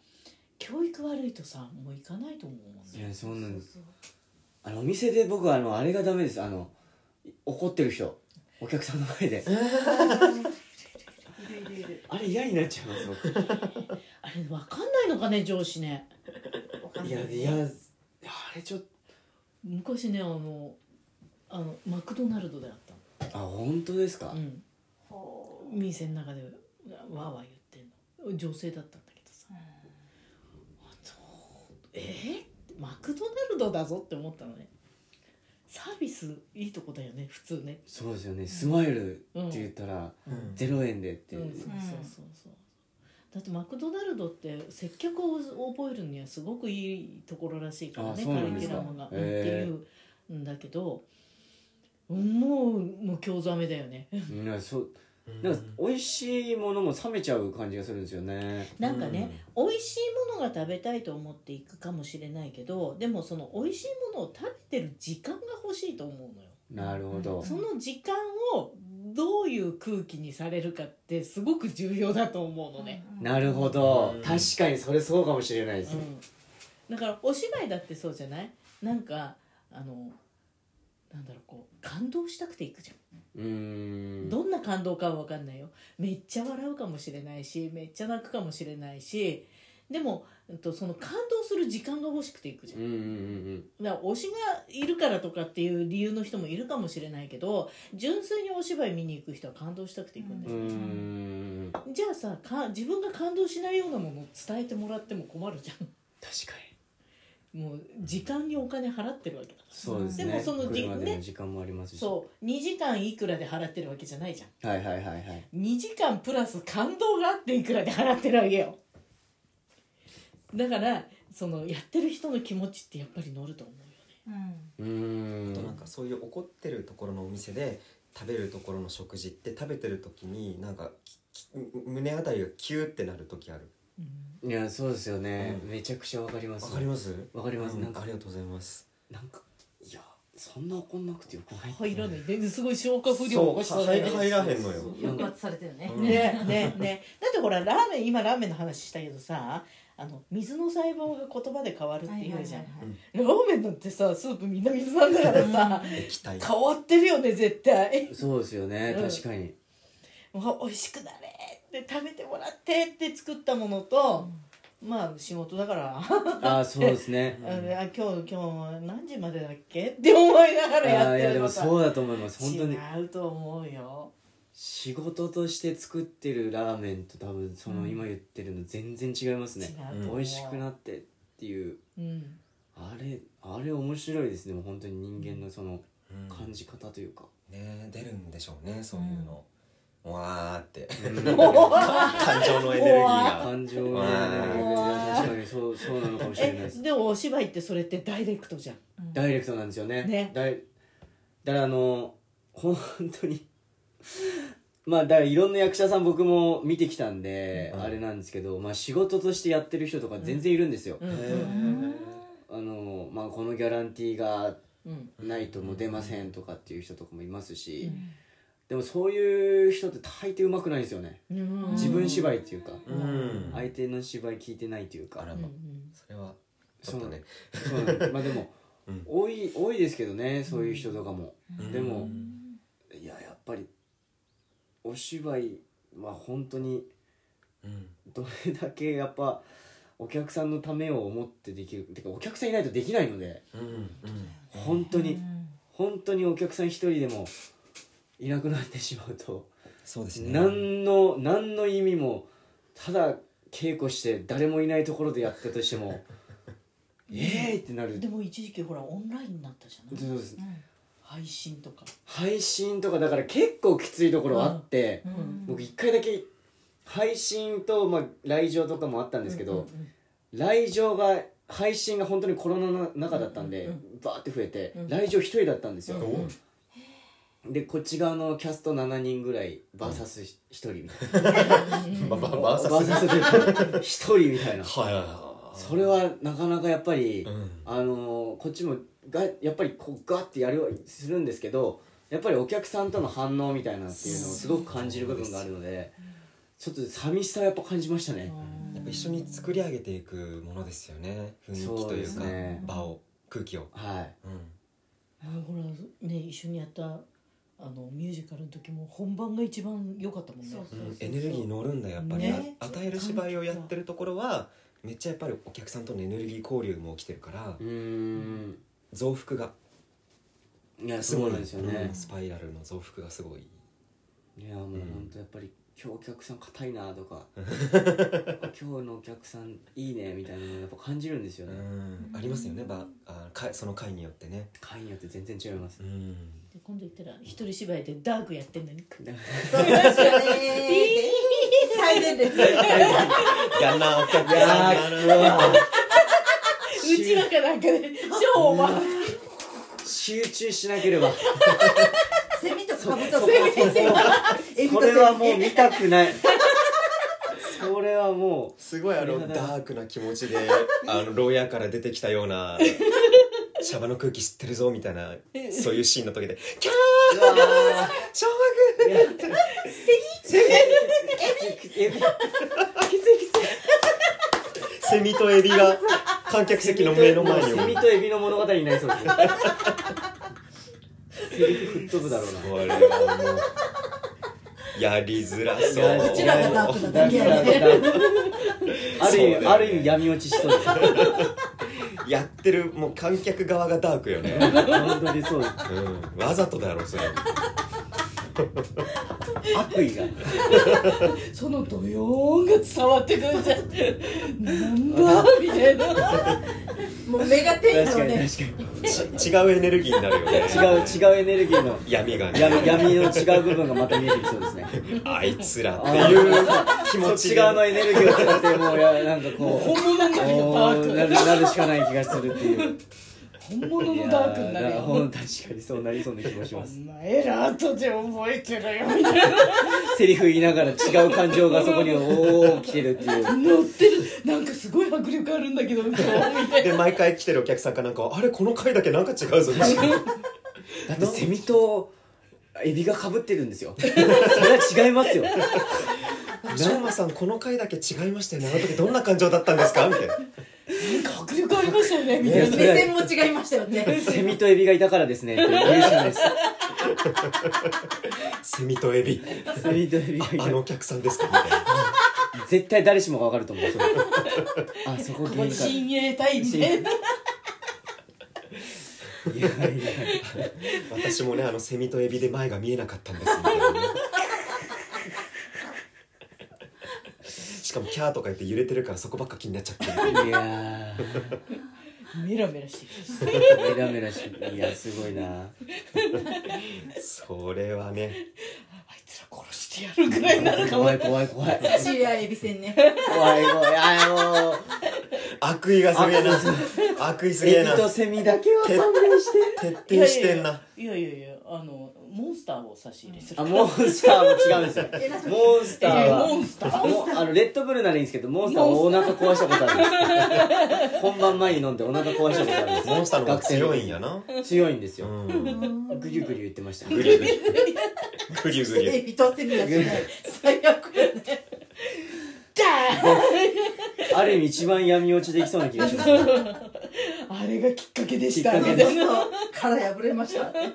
Speaker 2: 教育悪いとさもう行かないと思うもん
Speaker 4: い
Speaker 2: ね
Speaker 4: やそうなんです
Speaker 3: そう
Speaker 4: あのお店で僕はあのあれがダメですあのい怒ってる人お客さんの前で
Speaker 2: いるいるいる
Speaker 4: あれ嫌になっちゃいます僕
Speaker 2: あれわかんないのかね上司ね
Speaker 3: そうわかんない
Speaker 4: やいやあれちょっと
Speaker 2: 昔ねあのあのマクドナルドであった
Speaker 4: あ本当ですか、
Speaker 2: のうん
Speaker 3: ほう
Speaker 2: 店の中でわわわー言ってんの女性だったんだけどさあそうえーマクドナルドだぞって思ったのねサービスいいとこだよね普通ね
Speaker 4: そうですよね、スマイルって言ったら
Speaker 5: うん
Speaker 4: 0円でって、
Speaker 2: うん、そうそうそうそうだってマクドナルドって接客を覚えるにはすごくいいところらしいから
Speaker 4: あ
Speaker 2: ね
Speaker 4: そう
Speaker 2: カ
Speaker 4: な
Speaker 2: リ
Speaker 4: んで
Speaker 2: キ
Speaker 4: す
Speaker 2: ュ
Speaker 4: か
Speaker 2: ラムが、
Speaker 4: へ
Speaker 2: ってい
Speaker 4: え
Speaker 2: うんだけどもうもう興ざめだよね
Speaker 4: いやそう
Speaker 5: うん
Speaker 4: なんか美味しいものも冷めちゃう感じがするんですよね
Speaker 2: なんかね、美味しいものが食べたいと思っていくかもしれないけどでもその美味しいものを食べてる時間が欲しいと思うのよ
Speaker 4: なるほど
Speaker 2: その時間をどういう空気にされるかってすごく重要だと思うのね、
Speaker 4: なるほど
Speaker 5: うん
Speaker 4: 確かにそれそうかもしれないで
Speaker 2: う
Speaker 4: すね
Speaker 2: ん、だからお芝居だってそうじゃないなんかあのなんだろうこう感動したくて行くじゃん
Speaker 4: うーん
Speaker 2: どんな感動かは分かんないよめっちゃ笑うかもしれないしめっちゃ泣くかもしれないしでもうんとその感動する時間が欲しくていくじゃ
Speaker 4: うんんうんうん
Speaker 2: だから推しがいるからとかっていう理由の人もいるかもしれないけど純粋にお芝居見に行く人は感動したくて行くん
Speaker 4: う
Speaker 2: だ
Speaker 4: んう
Speaker 2: よ、
Speaker 4: ん
Speaker 2: じゃあさか自分が感動しないようなものを伝えてもらっても困るじゃ
Speaker 4: 確かに
Speaker 2: ん もう時間にお金払ってるわけだから
Speaker 4: そうですね
Speaker 2: でもそのじ
Speaker 4: 車での
Speaker 2: ね
Speaker 4: 時間もありますし
Speaker 2: そう2時間いくらで払ってるわけじゃないじゃん
Speaker 4: はいはいはいはい
Speaker 2: 2時間プラス感動があっていくらで払ってるわけよだからそのやってる人の気持ちってやっぱり乗ると思うよ
Speaker 3: うん
Speaker 4: うーん
Speaker 5: あとなんかそういう怒ってるところのお店で食べるところの食事って食べてる時になんかきき胸あたりがキューってなる時ある
Speaker 4: いやそうですよね
Speaker 5: うん
Speaker 4: めちゃくちゃわかります
Speaker 5: わかります
Speaker 4: わかります
Speaker 5: うん
Speaker 4: なんか
Speaker 5: ありがとうございます
Speaker 4: なんかいやそんな怒んなくてよくない
Speaker 2: 入らないですごい消化不良を起こしそうだよ
Speaker 5: そうは入
Speaker 2: ね
Speaker 5: らへんのよ
Speaker 4: そう
Speaker 3: 抑圧されてるね
Speaker 5: うん
Speaker 2: ねねねだってほらラーメン今ラーメンの話したけどさあの水の細胞が言葉で変わるって
Speaker 3: はい
Speaker 2: 言
Speaker 3: は
Speaker 2: う
Speaker 3: い
Speaker 2: じ
Speaker 3: は
Speaker 2: ゃん、
Speaker 3: い
Speaker 2: ラーメンだってさスープみんな水なんだからさ
Speaker 5: 液体
Speaker 2: 変わってるよね絶対
Speaker 4: そうですよね
Speaker 2: うん
Speaker 4: 確かに
Speaker 2: もう美味しくなれって食べてもらってって作ったものと、まあ仕事だから、
Speaker 4: あそうです ね
Speaker 2: あのあ今日今日何時までだっけって思いなが
Speaker 4: あ
Speaker 2: らやっ
Speaker 4: ーい
Speaker 2: て
Speaker 4: やで
Speaker 2: る
Speaker 4: も
Speaker 2: のさ
Speaker 4: そうだと思います本当に
Speaker 2: 違うと思うよ
Speaker 4: 仕事として作ってるラーメンと多分その今言ってるの全然違いますね、
Speaker 2: 違うと思う
Speaker 4: 美味しくなってっていう
Speaker 2: うん
Speaker 4: あれあれ面白いですねもう本当に人間のその
Speaker 5: うん
Speaker 4: 感じ方というか、
Speaker 5: ね出るんでしょうねそういうの、わーって感情のエネルギーが
Speaker 4: 感情
Speaker 5: う
Speaker 4: が
Speaker 5: わ
Speaker 2: ー
Speaker 4: 確かにそうそうなのかもしれないで
Speaker 2: え
Speaker 4: す
Speaker 2: でもお芝居ってそれってダイレクトじゃん
Speaker 4: ダイレクトなんですよね
Speaker 2: ね
Speaker 4: だいだからあの本当に まあだからいろんな役者さん僕も見てきたんで、
Speaker 5: うん
Speaker 4: あれなんですけど、まあ、仕事としてやってる人とか全然いるんですよ、
Speaker 2: うん
Speaker 5: へ
Speaker 2: うん
Speaker 5: ー
Speaker 4: あのまあ、このギャランティーが
Speaker 2: うん
Speaker 4: ないともう出ませんとかっていう人とかもいますし、でもそういう人って大抵うまくないんですよね
Speaker 2: うん
Speaker 4: 自分芝居っていうか、
Speaker 5: うん
Speaker 4: 相手の芝居聞いてないというか
Speaker 5: あら
Speaker 2: うん
Speaker 5: ま
Speaker 2: うん
Speaker 5: それはち
Speaker 4: そ
Speaker 5: ょっ
Speaker 4: う
Speaker 5: とね
Speaker 4: そうなんですまあでも、
Speaker 5: うん
Speaker 4: 多い多いですけどねそういう人とかも、
Speaker 5: うん
Speaker 4: でもいややっぱりお芝居は本当に
Speaker 5: うん
Speaker 4: どれだけやっぱお客さんのためを思ってできるてかお客さんいないとできないので
Speaker 5: うんうん
Speaker 4: 本当に、本当にお客さん一人でもいなくなってしまうと、
Speaker 5: そうですね
Speaker 4: 何の何の意味もただ稽古して誰もいないところでやったとしてもえーってなる
Speaker 2: でも一時期ほらオンラインになったじゃない
Speaker 4: そうです
Speaker 2: 配信とか
Speaker 4: 配信とかだから結構きついところあって、僕一回だけ配信と、まあ、来場とかもあったんですけど、来場が配信が本当にコロナの中だったんで、
Speaker 2: うんう
Speaker 4: バーって増えて、
Speaker 2: うん
Speaker 4: 来場一人だったんですよ、
Speaker 2: うん
Speaker 4: でこっち側のキャスト7人ぐらい VS1 人みたい
Speaker 5: ババ
Speaker 4: な、
Speaker 5: バーサス
Speaker 4: VS1 人みたいな
Speaker 5: はいはいはい
Speaker 4: それはなかなかやっぱり、
Speaker 5: うん
Speaker 4: あのーこっちもがやっぱりこうガッてやるようにするんですけどやっぱりお客さんとの反応みたいなっていうのをすごく感じる部分があるのでちょっと寂しさはやっぱ感じましたね、
Speaker 5: やっぱ一緒に作り上げていくものですよね雰囲気という
Speaker 4: そう
Speaker 5: か
Speaker 4: ですね
Speaker 5: 場を空気を、
Speaker 4: はい
Speaker 5: うん、
Speaker 2: もうほらね一緒にやったあのミュージカルの時も本番が一番良かったもんね
Speaker 3: そうそう
Speaker 5: エネルギー乗るんだやっぱり、
Speaker 2: ね
Speaker 5: あ与える芝居をやってるところはめっちゃやっぱりお客さんとのエネルギー交流も起きてるから
Speaker 4: うーん
Speaker 5: 増幅が
Speaker 4: いやそうなんですよね
Speaker 5: うん、スパイラルの増幅がすごい
Speaker 4: いやもう本当やっぱり今日お客さん硬いなと か今日のお客さんいいねみたいなのやっぱ感じるんですよ
Speaker 5: う
Speaker 4: ね、
Speaker 5: んありますよねばあかその回によってね
Speaker 4: 会によって全然違います、
Speaker 5: うん
Speaker 2: で今度行ったら一人芝居でダークやってん のに
Speaker 4: だか
Speaker 3: そうですよね最前列
Speaker 5: やんなお客
Speaker 4: らいやーうわー
Speaker 2: うちらかなんかでショーを回っ
Speaker 4: 集中しなけ れば
Speaker 3: セミとカブト
Speaker 4: そ
Speaker 3: ム
Speaker 4: う
Speaker 3: シセミ
Speaker 4: それはもう見たくないそれはも
Speaker 5: すごいあのダークな気持 ちであの牢屋から出てきたようなシャバの空気吸ってるぞみたいなそういうシーンの時で「キャー
Speaker 4: ううわー
Speaker 5: シャ
Speaker 4: いやきついエビ
Speaker 5: バグ!」セミとエビ が観客席の目の前に
Speaker 4: セミとエビの物語になりそうですねセリフ吹っ飛ぶだろうな
Speaker 5: これはもうやりづらそう
Speaker 3: うちらがダークなだけや
Speaker 4: ダ
Speaker 3: ね
Speaker 4: ークなある意
Speaker 5: そうだよ
Speaker 4: 味あ
Speaker 5: ね
Speaker 4: る意味闇落ちしそうです
Speaker 5: やってるもう観客側がダークよね、
Speaker 4: 本当にそうです
Speaker 5: うん、わざとだろそれ
Speaker 4: 悪意が
Speaker 2: そのドヨーンが伝わってくるじゃんなんだみたいな
Speaker 3: もうメガテン
Speaker 4: 確
Speaker 3: の
Speaker 4: かに
Speaker 3: ね
Speaker 4: 確かに
Speaker 5: ち違うエネルギーになるよ
Speaker 4: 違う
Speaker 5: ね
Speaker 4: 違うエネルギーの
Speaker 5: 闇がね
Speaker 4: 闇闇の違う部分がまた見えてきそうですね
Speaker 5: あいつらっていう気
Speaker 4: そ
Speaker 5: 持
Speaker 4: っ
Speaker 5: ち
Speaker 4: ち
Speaker 5: で
Speaker 4: 側のエネルギーを使ってもういやなんかこう
Speaker 2: 本物になるよダーク
Speaker 4: なるなるしかない気がするっていう
Speaker 2: 本物
Speaker 4: いや
Speaker 2: のダークになる
Speaker 4: ー
Speaker 2: よ
Speaker 4: ほん確かにそうなりそうな気がし
Speaker 2: こ
Speaker 4: ます
Speaker 2: んなエラーとで覚えてるよみたいな
Speaker 4: セリフ言いながら違う感情がそこにおお来てるっていう
Speaker 2: 乗ってるなんかすごい迫力あるんだけどみたいな
Speaker 5: で毎回来てるお客さんかなんかあれこの回だけなんか違うぞ
Speaker 4: だってセミとエビがかぶってるんですよそれは違いますよ
Speaker 5: しょうまさんこの回だけ違いましたよねあの時どんな感情だったんですかみたいな
Speaker 2: なんか迫力ありましたよねみたい
Speaker 4: や
Speaker 2: な
Speaker 4: それは
Speaker 3: 目線も違いましたよね
Speaker 4: セミとエビがいたからですねっていう嬉しいです
Speaker 5: セミと エビ
Speaker 4: セミとエビがい
Speaker 5: あ
Speaker 4: た
Speaker 5: のお客さんですかみたいな
Speaker 4: 絶対誰しもが分かると思うそれあそこ
Speaker 2: ここ
Speaker 4: 原
Speaker 2: に
Speaker 4: 価い
Speaker 2: 親衛隊みたいな
Speaker 4: やいや
Speaker 5: 私もねあのセミとエビで前が見えなかったんですみたいなねしかもキャーとか言って揺れてるからそこばっか気になっちゃってる
Speaker 4: いや
Speaker 2: メラメラしてきた
Speaker 4: ーメラメラしていやすごいな
Speaker 5: それはね
Speaker 2: あいつら殺してやるぐらいになるかも
Speaker 4: 怖い怖い怖い
Speaker 3: 差し入れはエビせんね
Speaker 4: 怖い怖いあーもう
Speaker 5: 悪意がすげえな悪意すげ
Speaker 4: エ
Speaker 5: え
Speaker 4: ビ
Speaker 5: な
Speaker 4: とセミだけは
Speaker 5: 徹
Speaker 4: 勘弁して
Speaker 5: 徹底してんない
Speaker 2: やいやいやあのモンスターを差し入れする
Speaker 4: あモンスターも違うんですよモンスタ
Speaker 2: えー
Speaker 4: ーは
Speaker 2: モンスター
Speaker 4: もうあのレッドブルならいいんですけどモンスターはお腹壊したことあるんです本番前に飲んでお腹壊したことあるんです
Speaker 5: モンスターの方が強いんや
Speaker 4: な
Speaker 5: な
Speaker 4: 強いんです
Speaker 5: う
Speaker 4: よ、
Speaker 5: ん
Speaker 4: ぐりゅぐりゅ言ってました
Speaker 5: グリグリグリグ
Speaker 3: エ
Speaker 5: リ
Speaker 3: ビとセミはしない最悪やね
Speaker 2: ダ
Speaker 4: ある意味一番闇落ちできそうな気がします
Speaker 2: ーンあれがきっかけでした
Speaker 4: きっ
Speaker 2: みた
Speaker 4: かけ
Speaker 2: い
Speaker 4: で
Speaker 2: な
Speaker 4: す
Speaker 3: 殻破れましたね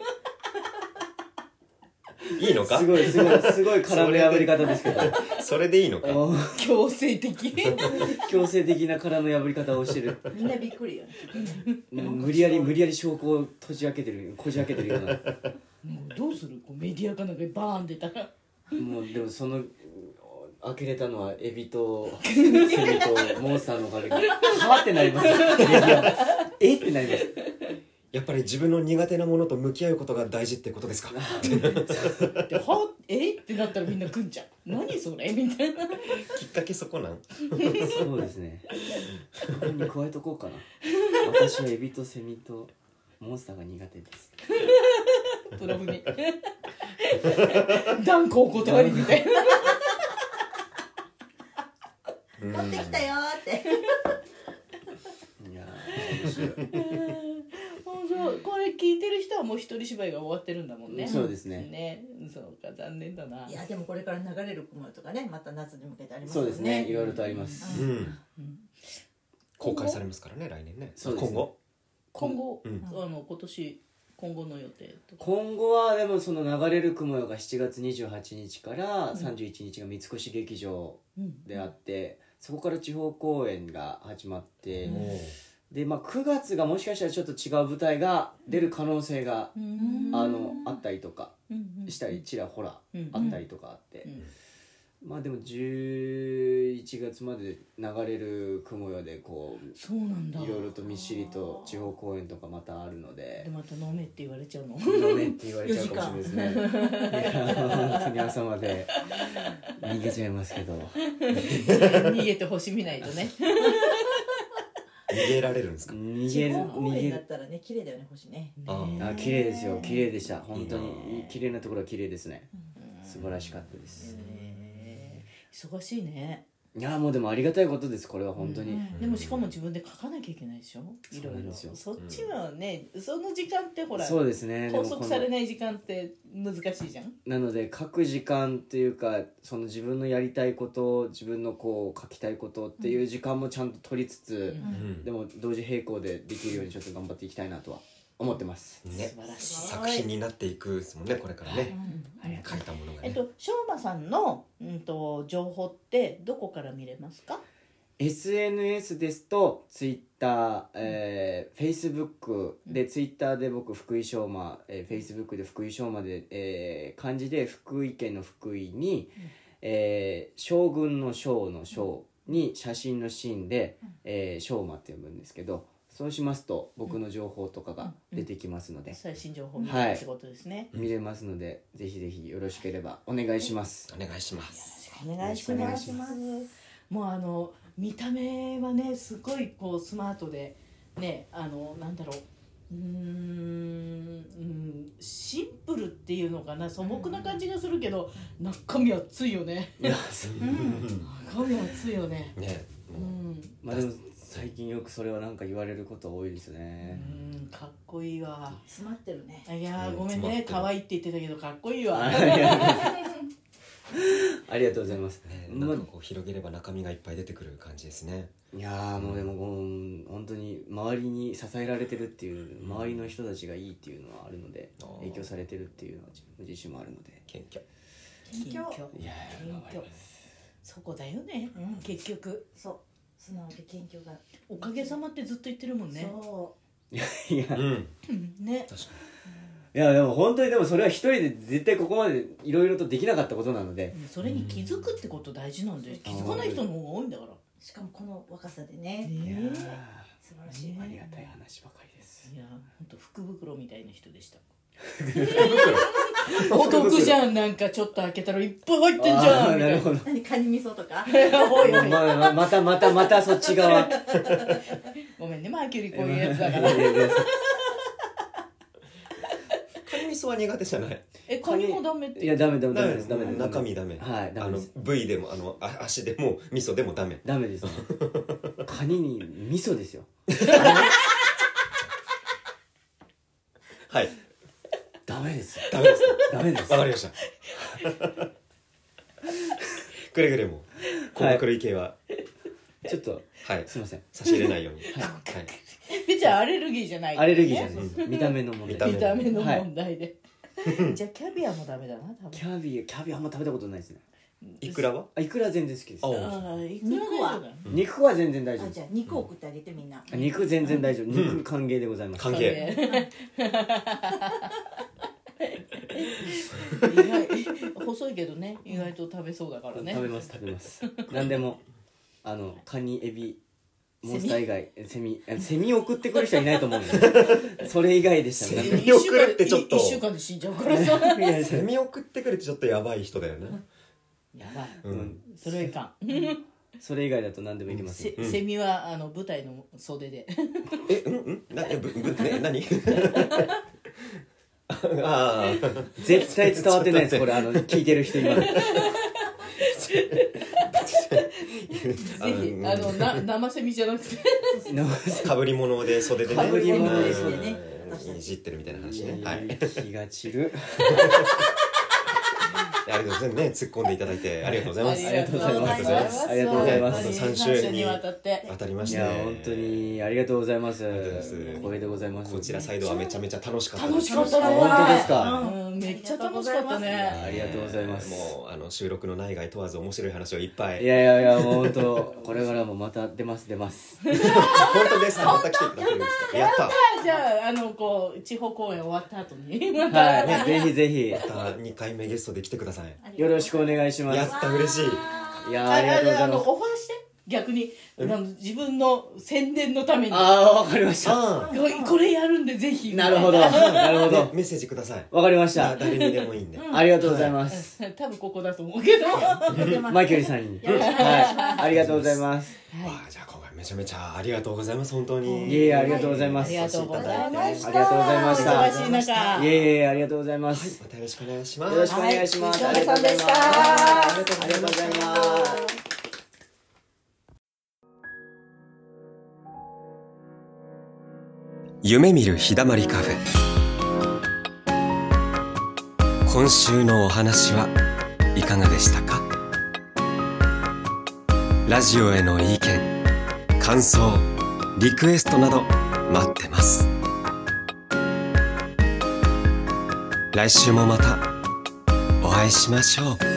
Speaker 5: いいのか
Speaker 4: すごいすごいすごい空の破り方ですけど
Speaker 5: それでいいのか
Speaker 4: もう
Speaker 2: 強制的
Speaker 4: 強制的な殻の破り方をしてる
Speaker 3: みんなびっくりよね
Speaker 4: もう無理やり無理やり証拠を閉じ開けてるこじ開けてるような
Speaker 2: もうどうするこうメディアかなんかにバーン出たら
Speaker 4: もうでもその開けれたのはエビとセミとモンスターのおかげではあってなりますよえってなります
Speaker 5: やっぱり自分の苦手なものと向き合うことが大事ってことですか
Speaker 2: ではえってなったらみんな来んじゃん何それみたいな
Speaker 5: きっかけそこなん
Speaker 4: そうですね。これに加えとこうかな。私はエビとセミとモンスターが苦手です。
Speaker 2: トラブに 断固お断りみたいな
Speaker 5: うん
Speaker 3: 持ってきたよーって
Speaker 4: いやー、面白い。
Speaker 2: もうそうこれ聞いてる人はもう一人芝居が終わってるんだもんね
Speaker 4: そうですね
Speaker 2: ねそうか残念だない
Speaker 3: やでもこれから流れる雲とかねまた夏に向けてあります
Speaker 4: そ
Speaker 3: よ
Speaker 4: うですね。いろいろとあります。
Speaker 5: うん 公開されますからね来年ね
Speaker 4: そうですね
Speaker 5: 今後
Speaker 2: 今後、
Speaker 5: うん
Speaker 2: あの今年今後の予定とか
Speaker 4: 今後はでもその流れる雲よが7月28日から31日が三越劇場
Speaker 2: うん
Speaker 4: であって、そこから地方公演が始まって、
Speaker 2: うん
Speaker 4: でまあ9月がもしかしたらちょっと違う舞台が出る可能性が、
Speaker 2: うん
Speaker 4: あのあったりとか
Speaker 2: うんうん
Speaker 4: したりちらほら
Speaker 2: うん
Speaker 4: あったりとかあって、
Speaker 2: うん
Speaker 4: まあでも11月まで流れる雲よでこう
Speaker 2: そうなんだ
Speaker 4: いろいろとみっしりと地方公演とかまたあるので
Speaker 2: でまた飲めって言われちゃう の
Speaker 4: ごめんって言われちゃうかもしれないですねいや本当に朝まで逃げちゃいますけど
Speaker 2: 逃げて星見ないとね
Speaker 5: 逃げられるんですか
Speaker 4: 逃
Speaker 3: 地
Speaker 4: げる
Speaker 3: 方公
Speaker 4: 逃げ
Speaker 3: 園だ
Speaker 4: る
Speaker 3: ったらね綺麗だよね星ね
Speaker 5: あ
Speaker 2: ね
Speaker 4: あ綺麗ですよ綺麗でした本当
Speaker 5: いい
Speaker 4: に
Speaker 5: なあ
Speaker 4: 綺麗なところは綺麗ですね素晴らしかったです
Speaker 2: へー忙しいね
Speaker 4: いやもうでもありがたいことですこれは本当に、
Speaker 3: うん
Speaker 2: でもしかも自分で書かなきゃいけないでしょいろ
Speaker 4: そうないん
Speaker 2: ろ
Speaker 4: ですよ
Speaker 2: そっちはね、その時間ってほら
Speaker 4: そうですねでも
Speaker 2: 拘束
Speaker 4: この
Speaker 2: されない時間って難しいじゃん
Speaker 4: なので書く時間っていうかその自分のやりたいこと自分のこう書きたいことっていう時間もちゃんと取りつつ、
Speaker 5: う
Speaker 4: で
Speaker 5: ん
Speaker 4: も同時並行でできるようにちょっと頑張っていきたいなとは思ってます、
Speaker 5: ね
Speaker 2: 素晴らしい
Speaker 5: 作品になっていくですもんねこれからね
Speaker 2: ありがとう
Speaker 5: 書いたものが
Speaker 2: えっ
Speaker 5: ね
Speaker 2: と、しょうまさんの、うんと、情報って、どこから見れますか。
Speaker 4: SNS ですと Twitter、えー、Facebook で Twitter で僕福井翔馬、えー、Facebook で福井翔馬で、えー漢字で福井県の福井に、えー将軍の将の将に写真のシーンで、えー、翔馬って呼ぶんですけどそうしますと僕の情報とかが出てきますので、
Speaker 2: 最新情報見れるってことですね。
Speaker 4: 見れますのでぜひぜひよろしければお願いします。
Speaker 5: お願いします
Speaker 2: お願いし
Speaker 4: お
Speaker 2: ま
Speaker 4: 願い
Speaker 2: す
Speaker 4: しま。
Speaker 2: もう、あの、見た目はね、すごい、こう、スマートで。ね、あの、なんだろう。うーんうんシンプルっていうのかな素朴な感じがするけど 中身熱いよね中身熱いよね
Speaker 5: ね
Speaker 2: う
Speaker 5: もうん
Speaker 4: まあでも最近よくそれはなんか言われること多いですね。
Speaker 2: うんかっこいいわ
Speaker 3: 詰まってるね
Speaker 2: いや
Speaker 5: う
Speaker 2: ー
Speaker 5: ん
Speaker 2: ごめんね
Speaker 5: 詰まってる
Speaker 2: 可愛いって言ってたけどかっこいいわ
Speaker 4: ありがとうございます。
Speaker 5: ね
Speaker 4: ま
Speaker 5: なんかこう広げれば中身がいっぱい出てくる感じですね
Speaker 4: いやーもうでもこう本当に周りに支えられてるっていう周りの人たちがいいっていうのはあるので
Speaker 5: あー
Speaker 4: 影響されてるっていうのは自分自身もあるので
Speaker 5: 謙虚
Speaker 3: 謙虚
Speaker 4: いやー
Speaker 2: 謙虚そこだよね、結局
Speaker 3: そう素直で謙虚が
Speaker 2: おかげさまってずっと言ってるもんね
Speaker 3: そ
Speaker 4: いや
Speaker 5: うん
Speaker 2: うんね
Speaker 5: 確か
Speaker 4: いやでも本当にでもそれは一人で絶対ここまでいろいろとできなかったことなので
Speaker 2: うんそれに気づくってこと大事なんだよ
Speaker 3: うん
Speaker 2: 気づかない人の方が多いんだから
Speaker 3: うしかもこの若さでね
Speaker 4: いや
Speaker 2: ね
Speaker 4: ー
Speaker 3: 素晴らしい
Speaker 4: ありがたい話ばかりです
Speaker 2: いや本当福袋みたいな人でした
Speaker 4: 袋
Speaker 2: お得じゃんなんかちょっと開けたらいっぱい入ってんじゃ
Speaker 4: あ
Speaker 2: ん
Speaker 4: ー
Speaker 2: み
Speaker 4: な
Speaker 2: た
Speaker 4: る
Speaker 2: い
Speaker 4: ほど
Speaker 3: 何カニ味噌と か
Speaker 2: なおいおい
Speaker 4: まあまあまたまたまたそっち側こ
Speaker 2: ごめんねマーキュリーこういうやつだ から
Speaker 5: にカニ味噌は苦手じゃない
Speaker 2: えカニもダメっ
Speaker 4: い
Speaker 2: て
Speaker 4: やダメダメ
Speaker 5: ダ
Speaker 4: ダ
Speaker 5: メ
Speaker 4: メで
Speaker 5: で
Speaker 4: す
Speaker 5: す
Speaker 4: ダ
Speaker 5: ダ
Speaker 4: メ
Speaker 5: メ
Speaker 4: です
Speaker 5: 中身ダメ
Speaker 4: はいダ
Speaker 5: あ
Speaker 4: メ
Speaker 5: の
Speaker 4: です
Speaker 5: 部位でもあのあ足でも味噌でもダメ
Speaker 4: ダメですね カニに味噌ですよ
Speaker 5: はい
Speaker 4: ダメです
Speaker 5: ダメです
Speaker 4: ダ メです
Speaker 5: わかりましたくれぐれも甲殻類系は
Speaker 4: ちょっと
Speaker 5: はい
Speaker 4: すいません
Speaker 5: 差し入れないようにはい、
Speaker 2: で じゃあアレルギーじゃない
Speaker 4: アレルギーじゃない
Speaker 2: ね
Speaker 4: です見た目の問題
Speaker 5: 見た目
Speaker 2: 見た目の問題で、じゃあキャビアもダメだな多分
Speaker 4: キャビアキャビアあんま食べたことないですね
Speaker 5: い、くらは
Speaker 4: あいくら全然好きです
Speaker 5: あお
Speaker 2: ああいくら
Speaker 3: 肉は
Speaker 2: でも
Speaker 4: 肉は全然大丈夫
Speaker 3: あ
Speaker 4: で
Speaker 3: じ
Speaker 4: す
Speaker 3: ゃあ肉を送ってあげてみんな
Speaker 4: 肉全然大丈夫肉歓迎でございます
Speaker 5: 歓迎
Speaker 2: 意外 細いけどね意外と食べそうだからね
Speaker 4: 食べます食べ ます何でもあのカニエビモンスター以外セミセミセミ送ってくる人はいないと思うん でそれ以外でしたら
Speaker 5: セ見送るってちょっと
Speaker 2: 一週間で死んじゃうからさ
Speaker 4: いやいや
Speaker 5: セミ送ってくるってちょっとやばい人だよね
Speaker 2: やばい
Speaker 5: うん
Speaker 2: それはいかん
Speaker 4: それ以外だと何でもいけますよ
Speaker 2: せセミはあの舞台の袖 で
Speaker 5: えうんうんなえぶぶね何ああ
Speaker 4: 絶対伝わってないですこれあの聞いてる人今
Speaker 2: ぜひあのな生セミじゃなくて
Speaker 4: の
Speaker 5: かぶり物で袖でね
Speaker 4: 被り物で
Speaker 3: 袖ね
Speaker 5: うんいじってるみたいな話ねはい
Speaker 4: 気が散 る
Speaker 5: ありがとうございますね突っ込んでいただいてありがとうございます
Speaker 4: ありがとうございます
Speaker 2: あ
Speaker 4: あ
Speaker 2: り
Speaker 4: り
Speaker 2: が
Speaker 4: が
Speaker 2: とう
Speaker 4: とう
Speaker 2: ござ
Speaker 4: ござ
Speaker 2: い
Speaker 4: い
Speaker 2: ま
Speaker 4: ますす
Speaker 5: 三
Speaker 2: 週
Speaker 5: 週
Speaker 2: に
Speaker 5: に
Speaker 2: わたって
Speaker 5: 当たりま
Speaker 4: い
Speaker 5: した
Speaker 4: や
Speaker 5: ね
Speaker 4: 本当にありがとうございます
Speaker 5: りがとうございます
Speaker 4: 光栄でございます
Speaker 5: こちらサイドはめちゃめちゃ楽しかった
Speaker 2: 楽しかった
Speaker 4: あ
Speaker 2: ね
Speaker 4: 本当ですか
Speaker 2: うんめっちゃ楽しかったね
Speaker 4: ありがとうございます
Speaker 5: もうあの収録の内外問わず面白い話をいっぱい
Speaker 4: いやいやいやもう本当これからもまた出ます出 ます
Speaker 5: 本当ですかまた来てくださるんですかやった
Speaker 2: じゃああのこう地方公演終わった後にまた
Speaker 4: はいぜひぜひ
Speaker 5: また2回目ゲストで来てください
Speaker 4: よろしくお願いしま
Speaker 5: やっ
Speaker 4: す
Speaker 5: た嬉しい
Speaker 4: いやありがとうござい
Speaker 2: の
Speaker 4: ます
Speaker 2: オファーして逆にあの自分の宣伝のために
Speaker 4: ああわかりました
Speaker 5: あ
Speaker 2: ここれやるんでぜひ
Speaker 4: なるほどなるほ
Speaker 5: あ
Speaker 4: ど
Speaker 5: メッセージください
Speaker 4: わかりまし
Speaker 5: だ
Speaker 4: た
Speaker 5: 誰にでもいいんで
Speaker 4: ありがとうございます
Speaker 2: 多分ここだと思うけど
Speaker 4: マイケルさんにはいありがとうございます
Speaker 5: わあじゃあ今回メ
Speaker 6: めちゃめちゃありがとうございます本当に
Speaker 4: いえいえありがとうございます
Speaker 3: ありがとうございました。
Speaker 4: ありがとうございました
Speaker 3: お忙しい中。
Speaker 4: いえいえありがとうございま
Speaker 6: はい
Speaker 4: す、
Speaker 6: またよろしくお願いします
Speaker 4: よろしくお願いします、
Speaker 3: はい
Speaker 4: ありがとうございます
Speaker 3: お
Speaker 4: ありがとうございます
Speaker 5: 夢見る日だまりカフェ今週のお話はいかがでしたかラジオへの意見感想リクエストなど待ってます来週もまたお会いしましょう